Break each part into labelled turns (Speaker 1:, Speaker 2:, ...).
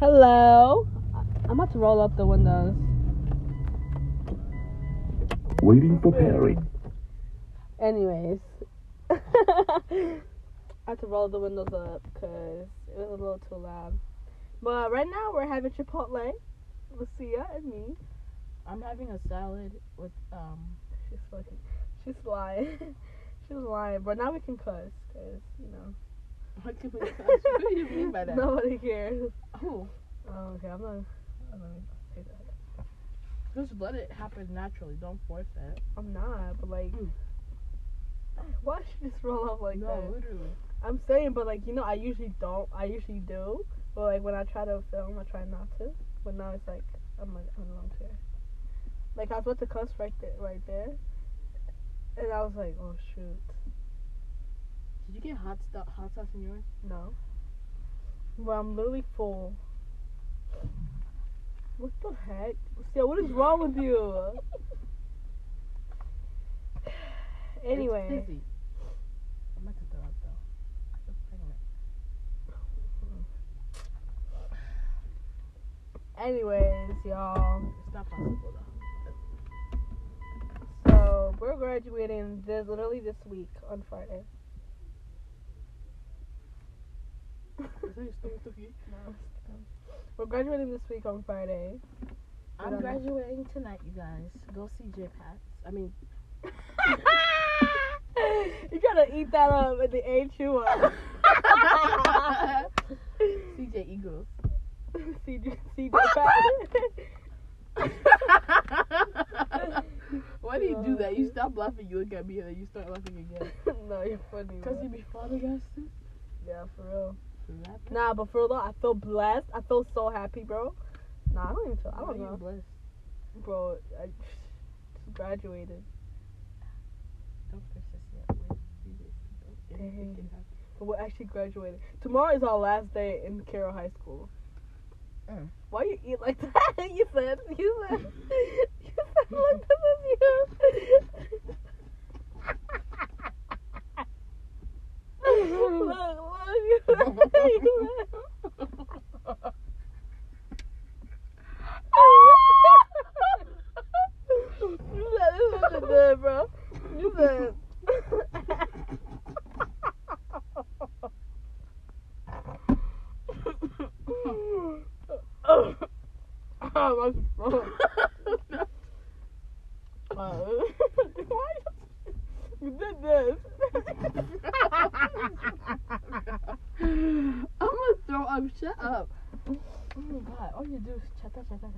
Speaker 1: Hello. I'm about to roll up the windows.
Speaker 2: Waiting for Perry.
Speaker 1: Anyways, I had to roll the windows up because it was a little too loud. But right now we're having Chipotle. Lucia and me.
Speaker 3: I'm having a salad with um.
Speaker 1: She's fucking. She's lying. She's lying. But now we can cuss because you know
Speaker 3: What do we- what do you mean by that?
Speaker 1: nobody cares.
Speaker 3: Oh,
Speaker 1: Oh, okay, I'm not. I'm not say that.
Speaker 3: just let it happen naturally. Don't force that.
Speaker 1: I'm not. But like,
Speaker 3: Mm.
Speaker 1: why should just roll up like
Speaker 3: no,
Speaker 1: that?
Speaker 3: literally.
Speaker 1: I'm saying, but like you know, I usually don't. I usually do, but like when I try to film, I try not to. But now it's like I'm like I'm in a long chair. Like I was about to cuss right there, right there, and I was like, oh shoot,
Speaker 3: Did you get hot stuff, hot sauce in yours?
Speaker 1: no. But I'm literally full. What the heck, Lucia? What is wrong with you? anyway,
Speaker 3: It's fizzy. I'm about to throw up though. I feel pregnant.
Speaker 1: anyways, y'all.
Speaker 3: It's not possible though.
Speaker 1: So we're graduating this literally this week on Friday.
Speaker 3: Is that your stomach cookie?
Speaker 1: We're graduating this week on Friday. I
Speaker 3: I'm
Speaker 1: don't know.
Speaker 3: graduating tonight, you guys. Go see J Pats. I mean,
Speaker 1: you gotta eat that up at the age you are.
Speaker 3: CJ Eagles.
Speaker 1: CJ, CJ
Speaker 3: Why do you do that? You stop laughing, you look at me, and then you start laughing again.
Speaker 1: No, you're funny.
Speaker 3: Cause
Speaker 1: bro.
Speaker 3: you be flabbergasted.
Speaker 1: Yeah, for real. Nah, but for real though, I feel blessed. I feel so happy, bro. Nah, I don't even feel. I don't know,
Speaker 3: Blessed.
Speaker 1: bro. I just graduated.
Speaker 3: Don't push this yet. Wait, three days. Don't anything can happen.
Speaker 1: But we're actually graduating. Tomorrow is our last day in Carroll High School.
Speaker 3: Mm.
Speaker 1: Why you eat like that? you said you said you said like this is you. look, look, you laugh. You said this wasn't good, bro. You said. Oh, my throat. Uh, why you did this?
Speaker 3: I'm gonna throw up. Shut up. Oh my god. All you do is chatta, chatta, chatta.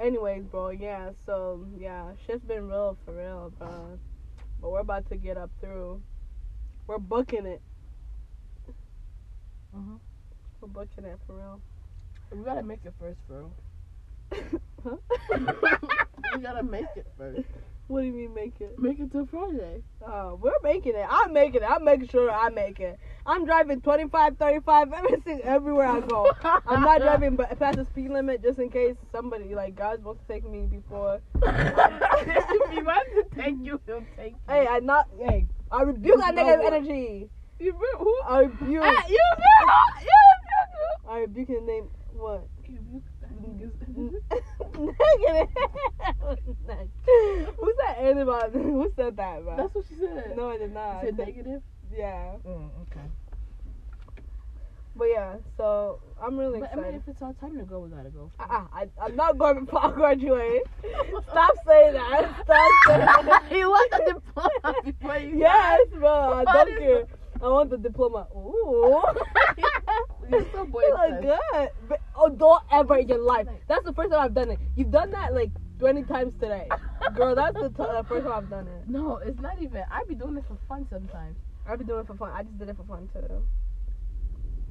Speaker 1: Anyways, bro, yeah, so yeah, shit's been real for real, bro. But we're about to get up through. We're booking it.
Speaker 3: Mhm.
Speaker 1: We're booking it for real.
Speaker 3: We gotta make it first, bro.
Speaker 1: huh?
Speaker 3: We gotta make it first.
Speaker 1: what do you mean make it?
Speaker 3: Make it till Friday.
Speaker 1: Uh, we're making it. I'm making it. I'm making sure I make it. I'm driving 25, 35, everything, everywhere I go. I'm not driving b- past the speed limit just in case somebody, like, God wants to take me before.
Speaker 3: if he wants to take you, he'll take you.
Speaker 1: Hey, I not, hey, I rebuke that negative
Speaker 3: No.
Speaker 1: energy.
Speaker 3: you re- who?
Speaker 1: I rebuke,
Speaker 3: Hey, you re- you
Speaker 1: I rebuke in the name, what?
Speaker 3: re- you
Speaker 1: N- negative. Who said anybody? Who said that, bro?
Speaker 3: That's what she said.
Speaker 1: no, I Mm, did not.
Speaker 3: She said negative.
Speaker 1: yeah.
Speaker 3: okay.
Speaker 1: But yeah, so I'm really
Speaker 3: But I
Speaker 1: excited.
Speaker 3: mean, if it's our time to go, we gotta go.
Speaker 1: Uh-uh, I, I'm not going to graduate. Stop saying that. Stop saying that.
Speaker 3: you want the diploma before you
Speaker 1: Yes, bro. I
Speaker 3: What
Speaker 1: don't
Speaker 3: is
Speaker 1: care. I want the diploma. Oooo.
Speaker 3: You're so boy
Speaker 1: you look good. But, oh, don't ever in your life. That's the first time I've done it. You've done that like 20 times today. Girl, that's the, t- the first time I've done it.
Speaker 3: No, it's not even. I be doing it for fun sometimes.
Speaker 1: I've been doing it for fun. I just did it for fun, too.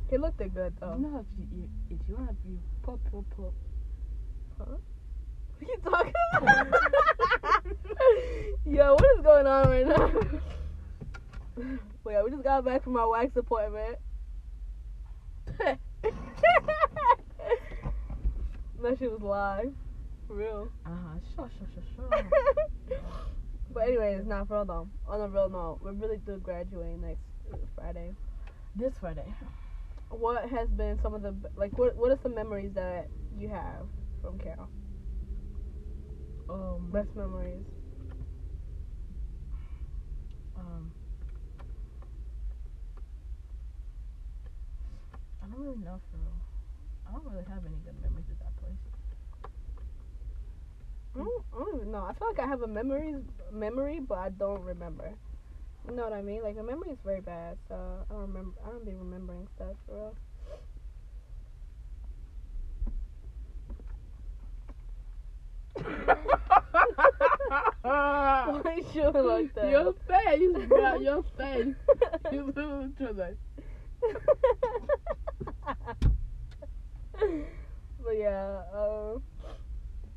Speaker 1: He looked it good,
Speaker 3: No,
Speaker 1: though.
Speaker 3: if you, you if you wanna be pop pop pop.
Speaker 1: What are you talking about? Yo, what is going on right now? Well, yeah, we just got back from our wax appointment. that shit was live. For real.
Speaker 3: Uh huh. Sure, sure, sure, sure.
Speaker 1: but anyways, not for real though. On a real note, we really do graduate next Friday.
Speaker 3: this Friday.
Speaker 1: what has been some of the like what what are some memories that you have from Cal?
Speaker 3: Um,
Speaker 1: Best memories.
Speaker 3: um, I don't really know for real. I don't really have any good memories of that place.
Speaker 1: I don't, I don't even know. Mm, I feel like I have a memories memory, but I don't remember. You know what I mean? Like the memory is very bad, so I don't remember. I don't be remembering stuff for real. Why you chewing like that?
Speaker 3: Your face, bro, your face. You little trigger.
Speaker 1: but yeah, um,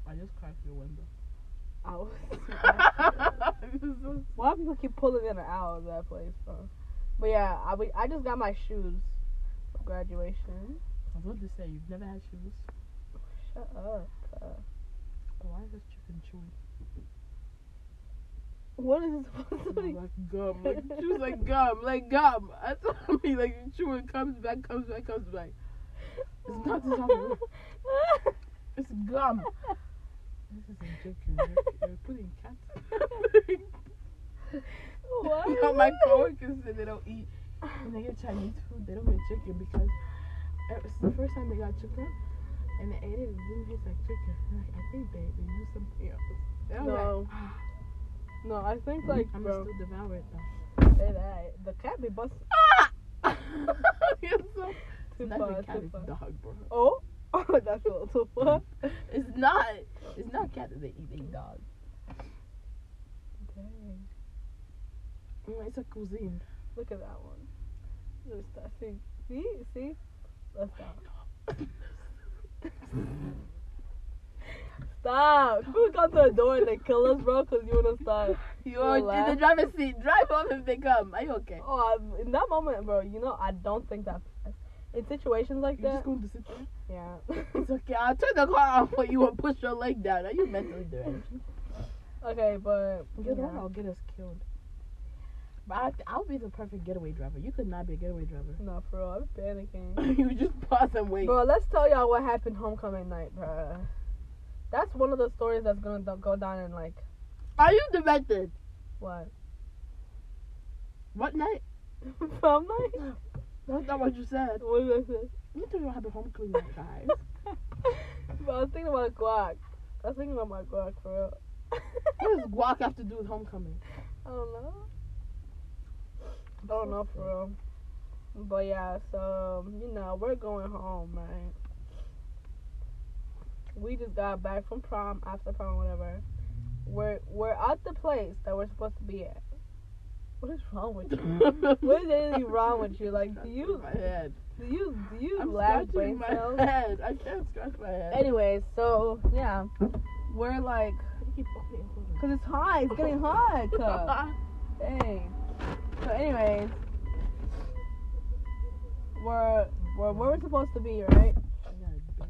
Speaker 3: I just cracked your window.
Speaker 1: I was.
Speaker 3: This is-
Speaker 1: Why people keep pulling in and out of that place, bro? But yeah, I we, I just got my shoes for graduation.
Speaker 3: I was about to say you've never had shoes. Oh,
Speaker 1: Shut up.
Speaker 3: Why is this chicken chewing?
Speaker 1: What is supposed to be?
Speaker 3: Like gum, like chews like gum, like gum. I told me like you chew it comes back, comes back, comes back. It's not this hard. It's gum. This is ridiculous. You're, you're putting cats.
Speaker 1: What?
Speaker 3: Now my coworkers say they don't eat when they get Chinese food. They don't get chicken because it's the first time they got chicken and they ate it. It didn't taste like chicken. I'm like, I think they, they used something else. And I'm
Speaker 1: No.
Speaker 3: like, ah,
Speaker 1: No, I think like
Speaker 3: I'm
Speaker 1: bro,
Speaker 3: gonna still devour it though.
Speaker 1: say that the cat be bust.
Speaker 3: You're so-
Speaker 1: Too
Speaker 3: it's not
Speaker 1: far,
Speaker 3: even cat,
Speaker 1: too
Speaker 3: it's
Speaker 1: far.
Speaker 3: dog, bro.
Speaker 1: Oh, oh, that's a little too far.
Speaker 3: It's not. It's not cat that they eat. They eat dog.
Speaker 1: Dang,
Speaker 3: Mm, It's a cuisine.
Speaker 1: look at that one. Look at that. See, see, see. Let's stop. Stop. People come to the door and they kill us, bro, because you wanna stop.
Speaker 3: You're in the
Speaker 1: laugh.
Speaker 3: driver's seat. Drive off if they come. Are you okay?
Speaker 1: Oh, I- in that moment, bro, you know I don't think that. In situations like
Speaker 3: You're
Speaker 1: that,
Speaker 3: just going to sit there.
Speaker 1: yeah.
Speaker 3: It's okay. I'll turn the car off for you and push your leg down. Are you mentally deranged?
Speaker 1: okay, but
Speaker 3: Get
Speaker 1: yeah.
Speaker 3: on, I'll get us killed. But I, I'll be the perfect getaway driver. You could not be a getaway driver.
Speaker 1: No, for real, I'm panicking.
Speaker 3: you just pause and wait.
Speaker 1: Bro, let's tell y'all what happened homecoming night, bro. That's one of the stories that's gonna do- go down in like
Speaker 3: Are you demented?
Speaker 1: what
Speaker 3: What night?
Speaker 1: prom night?
Speaker 3: That's not what you said.
Speaker 1: What is this?
Speaker 3: You don't have a home clean night, guys.
Speaker 1: Bro, I was thinking about guac. I was thinking about my guac for real.
Speaker 3: what does guac have to do with homecoming?
Speaker 1: I don't know. I don't know for real. But yeah, so um, you know we're going home, right? We just got back from prom, after prom, whatever. We're we're at the place that we're supposed to be at. What is wrong with you? What is anything wrong with you? Like, do you
Speaker 3: my head.
Speaker 1: do you do you
Speaker 3: I'm
Speaker 1: lack brain
Speaker 3: scratching my
Speaker 1: cells?
Speaker 3: head. I can't scratch my head.
Speaker 1: Anyways, so yeah, we're like,
Speaker 3: You keep opening
Speaker 1: cause
Speaker 3: it, hold on.
Speaker 1: it's hot, it's getting hot. Dang. So, anyways, we're we're where we're supposed to be, right?
Speaker 3: I got a big one.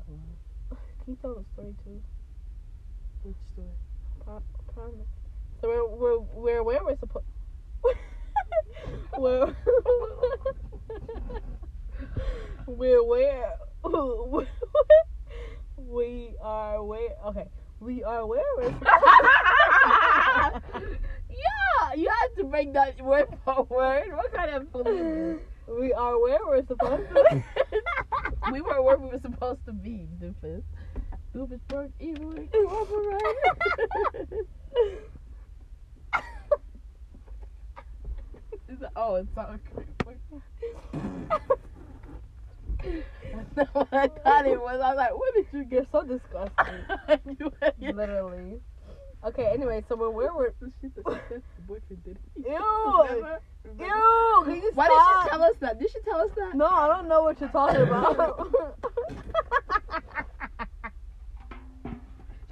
Speaker 1: Can you tell the story too?
Speaker 3: Which story?
Speaker 1: Promise. So we're we're we're where we're supposed. we're we're where we are where okay we are where we're supposed
Speaker 3: yeah, you had to break that word for word. What kind of fool is
Speaker 1: we are where we're supposed to
Speaker 3: this? we were where we were supposed to be, doofus. Doofus bird, evil, right? oh, it's not a creeper. That's not what I thought it was. I was like, where did you
Speaker 1: You're so disgusting.
Speaker 3: get you
Speaker 1: Literally. Okay, anyway, so we're where we're
Speaker 3: the shit that she said the boyfriend did.
Speaker 1: Ew!
Speaker 3: Remember?
Speaker 1: Ew!
Speaker 3: Remember?
Speaker 1: Can you
Speaker 3: Why
Speaker 1: stop?
Speaker 3: did she tell us that? Did she tell us that?
Speaker 1: No, I don't know what you're talking about.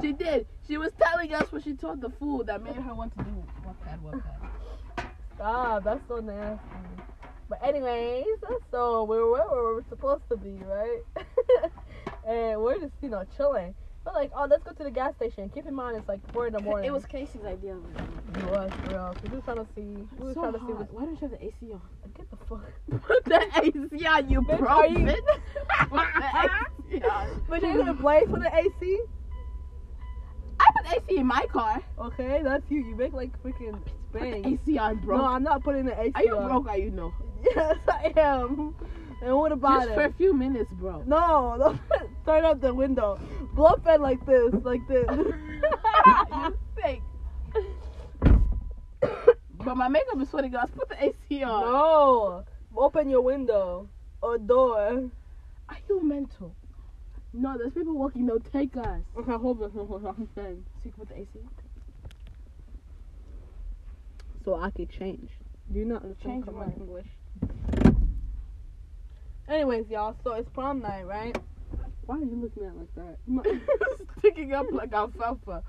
Speaker 3: She did. She was telling us what she told the fool that made her want to do Wattpad, Wattpad.
Speaker 1: Stop, Ah, that's so nasty. But anyways, so we were where we were supposed to be, right? and we're just, you know, chilling. We're like, oh, let's go to the gas station. Keep in mind, it's like four in the morning.
Speaker 4: It was Casey's idea. of it.
Speaker 1: it was real. 'cause We were trying to see. We were
Speaker 3: so
Speaker 1: trying
Speaker 3: hot.
Speaker 1: to see. What,
Speaker 3: Why don't you have the AC on?
Speaker 1: get the fuck.
Speaker 3: What the the AC on you,
Speaker 1: Bitch,
Speaker 3: bro.
Speaker 1: are you-
Speaker 3: bitch. Put the AC on.
Speaker 1: But you're gonna blame for the AC?
Speaker 3: I put AC in my car.
Speaker 1: Okay, that's you. You make like freaking
Speaker 3: Put the
Speaker 1: bang.
Speaker 3: AC on, bro.
Speaker 1: No, I'm not putting the AC
Speaker 3: are you
Speaker 1: on.
Speaker 3: broke? Are you no?
Speaker 1: Yes, I am. And what about
Speaker 3: Just
Speaker 1: it?
Speaker 3: for a few minutes, bro.
Speaker 1: No, don't turn up the window. Blow fed like this, like this.
Speaker 3: you think? But my makeup is for the girls. Put the AC on.
Speaker 1: no, open your window or door.
Speaker 3: Are you mental? No, there's people walking. They'll take us.
Speaker 1: Okay, hold this. Hold on.
Speaker 3: Then so you can put the AC. So I could change.
Speaker 1: Do you not understand
Speaker 3: Change
Speaker 1: Come
Speaker 3: my
Speaker 1: on.
Speaker 3: English.
Speaker 1: Anyways, y'all. So it's prom night, right?
Speaker 3: Why are you looking at it like that? Sticking up like alfalfa.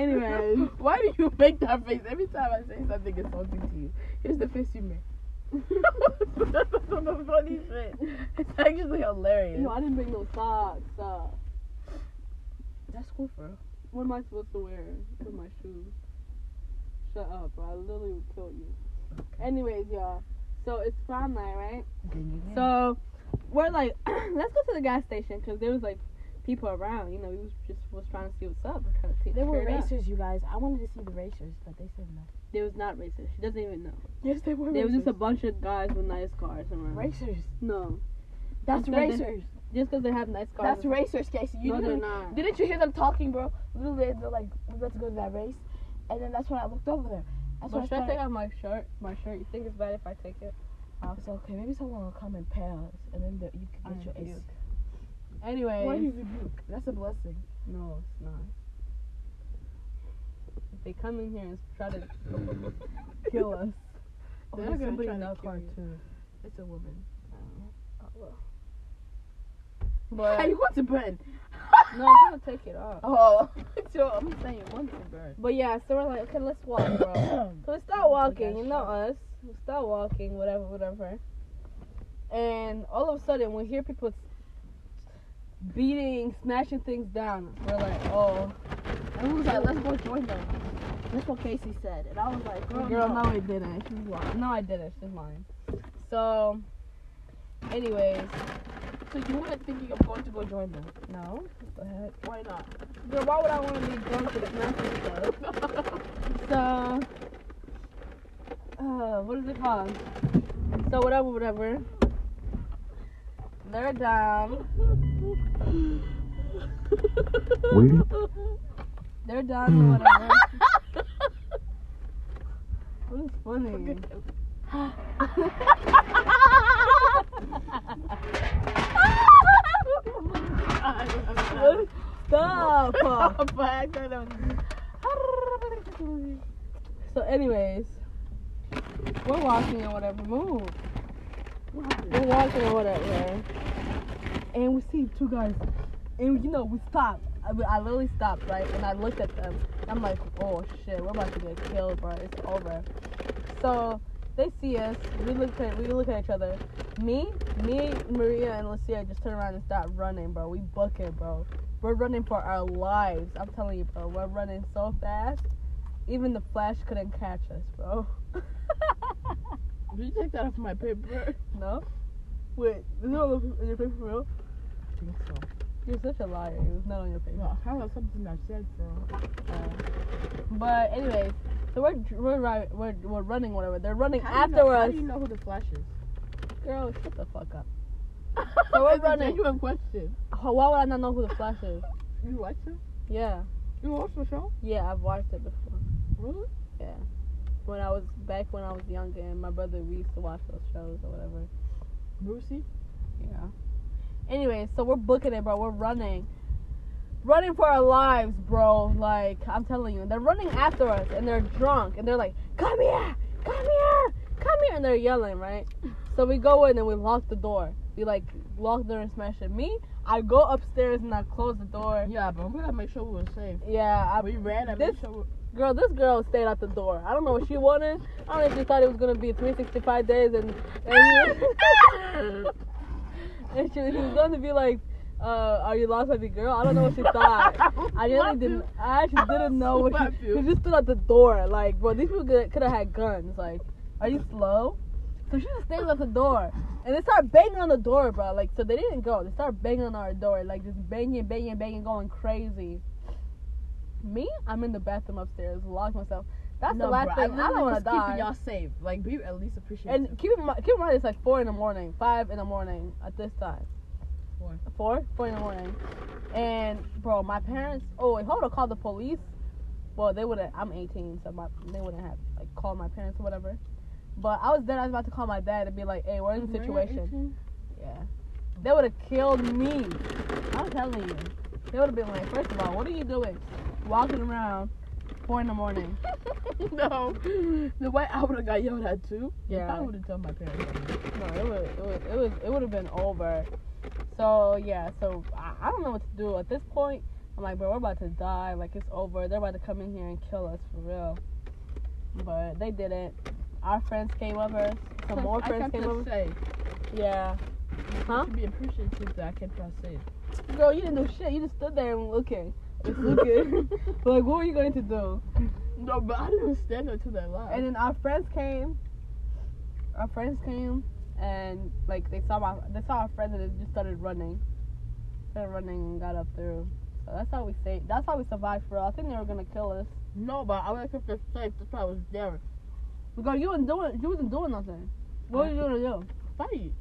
Speaker 1: Anyway.
Speaker 3: why do you make that face every time I say something insulting to you? Here's the face you make. That's the funny shit. It's actually hilarious.
Speaker 1: Yo, I didn't bring no socks. Uh,
Speaker 3: That's cool, bro.
Speaker 1: what am I supposed to wear with my shoes? Shut up, bro. I literally would kill you. Anyways, y'all. So it's prom night, right? So we're like, let's go to the gas station because there was like people around. You know, we was just was trying to see what's up. Kind of
Speaker 4: They were racers, you guys. I wanted to see the racers, but they said no.
Speaker 1: They was not racist. She doesn't even know.
Speaker 4: Yes, they were.
Speaker 1: There was just a bunch of guys with nice cars around.
Speaker 4: racers.
Speaker 1: No,
Speaker 4: That's
Speaker 1: They- they-
Speaker 4: racers.
Speaker 1: just because they have nice cars.
Speaker 4: That's racers, Casey. You
Speaker 1: No, they're
Speaker 4: didn't,
Speaker 1: not.
Speaker 4: didn't you hear them talking, bro? Literally, they're like, "We're about to go to that race," and then that's when I looked over there. That's
Speaker 1: But
Speaker 4: when
Speaker 1: should I
Speaker 4: I
Speaker 1: take
Speaker 4: started.
Speaker 1: out my shirt? My shirt. You think it's bad if I take it?
Speaker 4: I was like, okay, maybe someone will come and pay us, and then the, you can get your
Speaker 1: I
Speaker 4: AC.
Speaker 1: Anyway.
Speaker 4: rebuke? That's a blessing.
Speaker 1: No, it's not. If they come in here and try to kill us,
Speaker 3: They're not gonna try to kill you.
Speaker 4: too. It's a woman.
Speaker 1: but
Speaker 3: Hey, you want to burn?
Speaker 1: no, I'm gonna take it off.
Speaker 3: Oh, so I'm saying you want to burn.
Speaker 1: But yeah, so we're like, okay, let's walk, bro. So we start walking, you know us. We start walking, whatever, whatever. And all of a sudden, we hear people beating, smashing things down. We're like, oh,
Speaker 3: And we was like, let's go join them. That's what Casey said, and I was like, girl,
Speaker 1: girl,
Speaker 3: Oh, no.
Speaker 1: no, I didn't. She's lying. No, I didn't. She's lying. So, anyways,
Speaker 3: So you weren't thinking of going to go join them?
Speaker 1: no, what the heck?
Speaker 3: Why not?
Speaker 1: Girl, why would I want to be drunk and smashing stuff? So, uh, what is it called? So whatever, whatever. They're down.
Speaker 2: Waiting.
Speaker 1: They're down. or Whatever. What is funny? Stop.
Speaker 3: but I thought that was.
Speaker 1: so, anyways, we're walking or whatever. Move. We're walking or whatever, and we see two guys, and you know we stopped. I, mean, I literally stopped right, and I looked at them. I'm like, oh shit, we're about to get killed, bro. It's over. So they see us. We look at we look at each other. Me, me, Maria, and Lucia just turn around and start running, bro. We book it, bro. We're running for our lives. I'm telling you, bro. We're running so fast. Even the flash couldn't catch us, bro.
Speaker 3: Did you take that off my paper?
Speaker 1: No. Wait, is it on the- on your paper for real?
Speaker 3: I think so.
Speaker 1: You're such a liar. It was not on your paper.
Speaker 3: No, how was something I said, bro?
Speaker 1: But anyways, so we're dr- we're ri- we're, we're running whatever. They're running
Speaker 3: How do
Speaker 1: after
Speaker 3: you know,
Speaker 1: us.
Speaker 3: How do you know who the flash is?
Speaker 1: Girl, shut the fuck up.
Speaker 3: So
Speaker 1: we're
Speaker 3: we're running.
Speaker 1: running.
Speaker 3: genuine question.
Speaker 1: How- Why would I not know who the Flash is?
Speaker 3: You watch it?
Speaker 1: Yeah,
Speaker 3: You watch the show?
Speaker 1: yeah, I've watched it before.
Speaker 3: Really?
Speaker 1: When I was back when I was younger, and my brother we used to watch those shows or whatever.
Speaker 3: Brucey?
Speaker 1: Yeah. Anyways, so we're booking it, bro. We're running. Running for our lives, bro. Like, I'm telling you. And they're running after us and they're drunk and they're like, come here, come here, come here. And they're yelling, right? So we go in and we lock the door. We like lock the door and smash it. Me, I go upstairs and I close the door.
Speaker 3: Yeah, but we gotta make sure we were safe.
Speaker 1: Yeah,
Speaker 3: we ran
Speaker 1: I
Speaker 3: and
Speaker 1: this
Speaker 3: made sure we
Speaker 1: girl, this girl stayed at the door. I don't know what she wanted. I don't know if she thought it was gonna be 365 days and and, and she, she was gonna be like, uh, "Are you lost, baby girl?" I don't know what she thought. I really didn't. I actually didn't know what
Speaker 3: Slap
Speaker 1: she.
Speaker 3: you.
Speaker 1: She just stood at the door, like, bro, these people could have had guns. Like, are you slow? So she was standing at the door, and they start banging on the door, bro. Like, so they didn't go. They start banging on our door, like just banging, banging, banging, going crazy. Me, I'm in the bathroom upstairs, locked myself. That's the last thing. I, don't want to die.
Speaker 3: Keeping y'all safe. Like, be at least appreciative.
Speaker 1: And keep in mind, keep in mind, it's like four in the morning, five in the morning at this time.
Speaker 3: Four.
Speaker 1: Four, four in the morning, and bro, my parents. Oh, if I would have called the police, well, they would have. I'm 18, so my they wouldn't have like called my parents or whatever. But I was dead. I was about to call my dad and be like, "Hey, we're in a situation." Yeah, they would have killed me. I'm telling you, they would have been like, first of all, what are you doing, walking around four in the morning?"
Speaker 3: no. The way I would have got yelled at too.
Speaker 1: Yeah.
Speaker 3: I would have told my parents.
Speaker 1: No, it would, it would, it was, it would have been over. So yeah, so I, I don't know what to do at this point. I'm like, bro, we're about to die. Like it's over. They're about to come in here and kill us for real. But they didn't. Our friends came over. Some more
Speaker 3: I
Speaker 1: friends
Speaker 3: kept
Speaker 1: came
Speaker 3: us
Speaker 1: over.
Speaker 3: safe.
Speaker 1: Yeah. Huh?
Speaker 3: To be appreciative that I kept us safe.
Speaker 1: Girl, you didn't do shit. You just stood there and looking. Just looking. like, what were you going to do?
Speaker 3: No, but I didn't stand until they left.
Speaker 1: And then our friends came. Our friends came, and like they saw my they saw our friends and they just started running, started running and got up through. So that's how we say that's how we survived for real. I think they were gonna kill us.
Speaker 3: no, but I would have kept us safe. That's why I was there.
Speaker 1: Because you wasn't doing you wasn't doing nothing. What were you gonna do?
Speaker 3: Fight.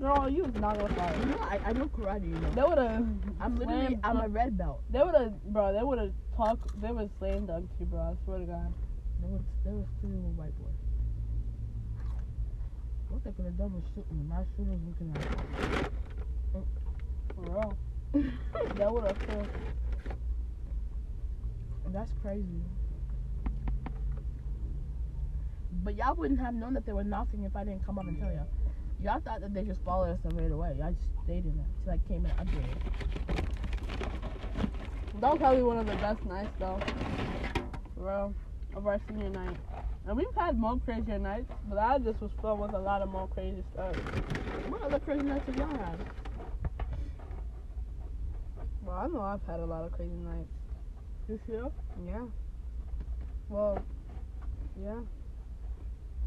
Speaker 1: Girl, you was not gonna
Speaker 3: You
Speaker 1: fight.
Speaker 3: know, I, I know karate. You know.
Speaker 1: They would have.
Speaker 3: I'm literally I'm a red belt.
Speaker 1: They would have, bro. They would have talked. They would slam dunk you, bro. I swear to God.
Speaker 3: They was there was still a white boy. What they could have done was shoot me. My shooter's looking at me.
Speaker 1: For real. they would have.
Speaker 3: And That's crazy. But y'all wouldn't have known that they were knocking if I didn't come up and tell y'all. Y'all thought that they just followed us and ran away. Y'all just stayed in there till I came and updated.
Speaker 1: That was probably one of the best nights though. For real. Of our senior night. And we've had more crazier nights, but I just was fun with a lot of more crazy stuff.
Speaker 3: What other crazy nights have y'all had?
Speaker 1: Well, I know I've had a lot of crazy nights.
Speaker 3: You sure?
Speaker 1: Yeah. Well, yeah.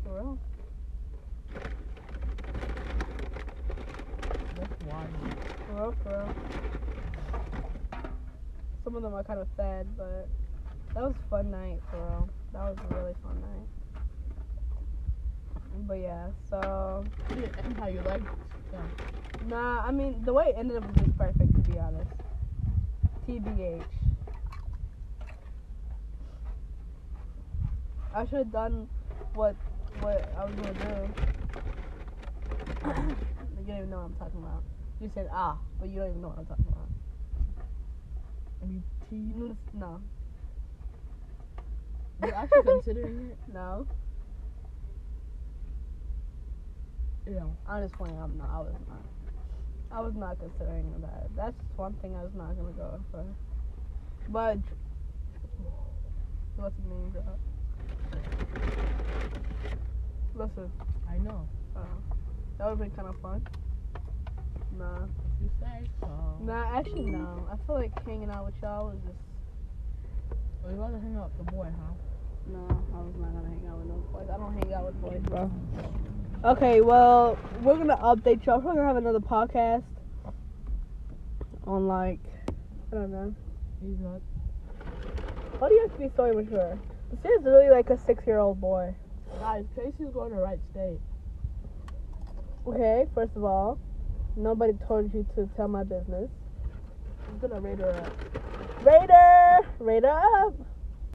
Speaker 1: For real.
Speaker 3: That's wild.
Speaker 1: For real, for real. Some of them are kind of sad, but that was a fun night, for real. That was a really fun night. But yeah, so.
Speaker 3: You didn't end how you like.
Speaker 1: Nah, I mean the way it ended up was just perfect to be honest. TBH. I should have done what what I was gonna do. you don't even know what I'm talking about. You said ah, but you don't even know what I'm talking about.
Speaker 3: I mean,
Speaker 1: You
Speaker 3: tea.
Speaker 1: knew this- no,
Speaker 3: You actually considering it?
Speaker 1: no.
Speaker 3: Yeah.
Speaker 1: I'm just playing. I'm not. I was not. I was not considering that. That's just one thing I was not gonna go for. But what's the name drop? Listen,
Speaker 3: I know.
Speaker 1: uh, that would have been kind of fun. Nah,
Speaker 3: If you say so.
Speaker 1: nah. Actually, no. I feel like hanging out with y'all was just
Speaker 3: Well, you rather hang out with the boy, huh?
Speaker 1: No, I was not gonna hang out with no boys. I don't hang out with boys, bro. Okay, well, we're gonna update y'all. We're gonna have another podcast on like I don't know.
Speaker 3: He's not.
Speaker 1: Why do you have to be so immature? This is really like a six-year-old boy.
Speaker 3: Guys, Casey's going to right state.
Speaker 1: Okay, first of all, nobody told you to tell my business.
Speaker 3: He's gonna rate her up.
Speaker 1: Raider, Raider up.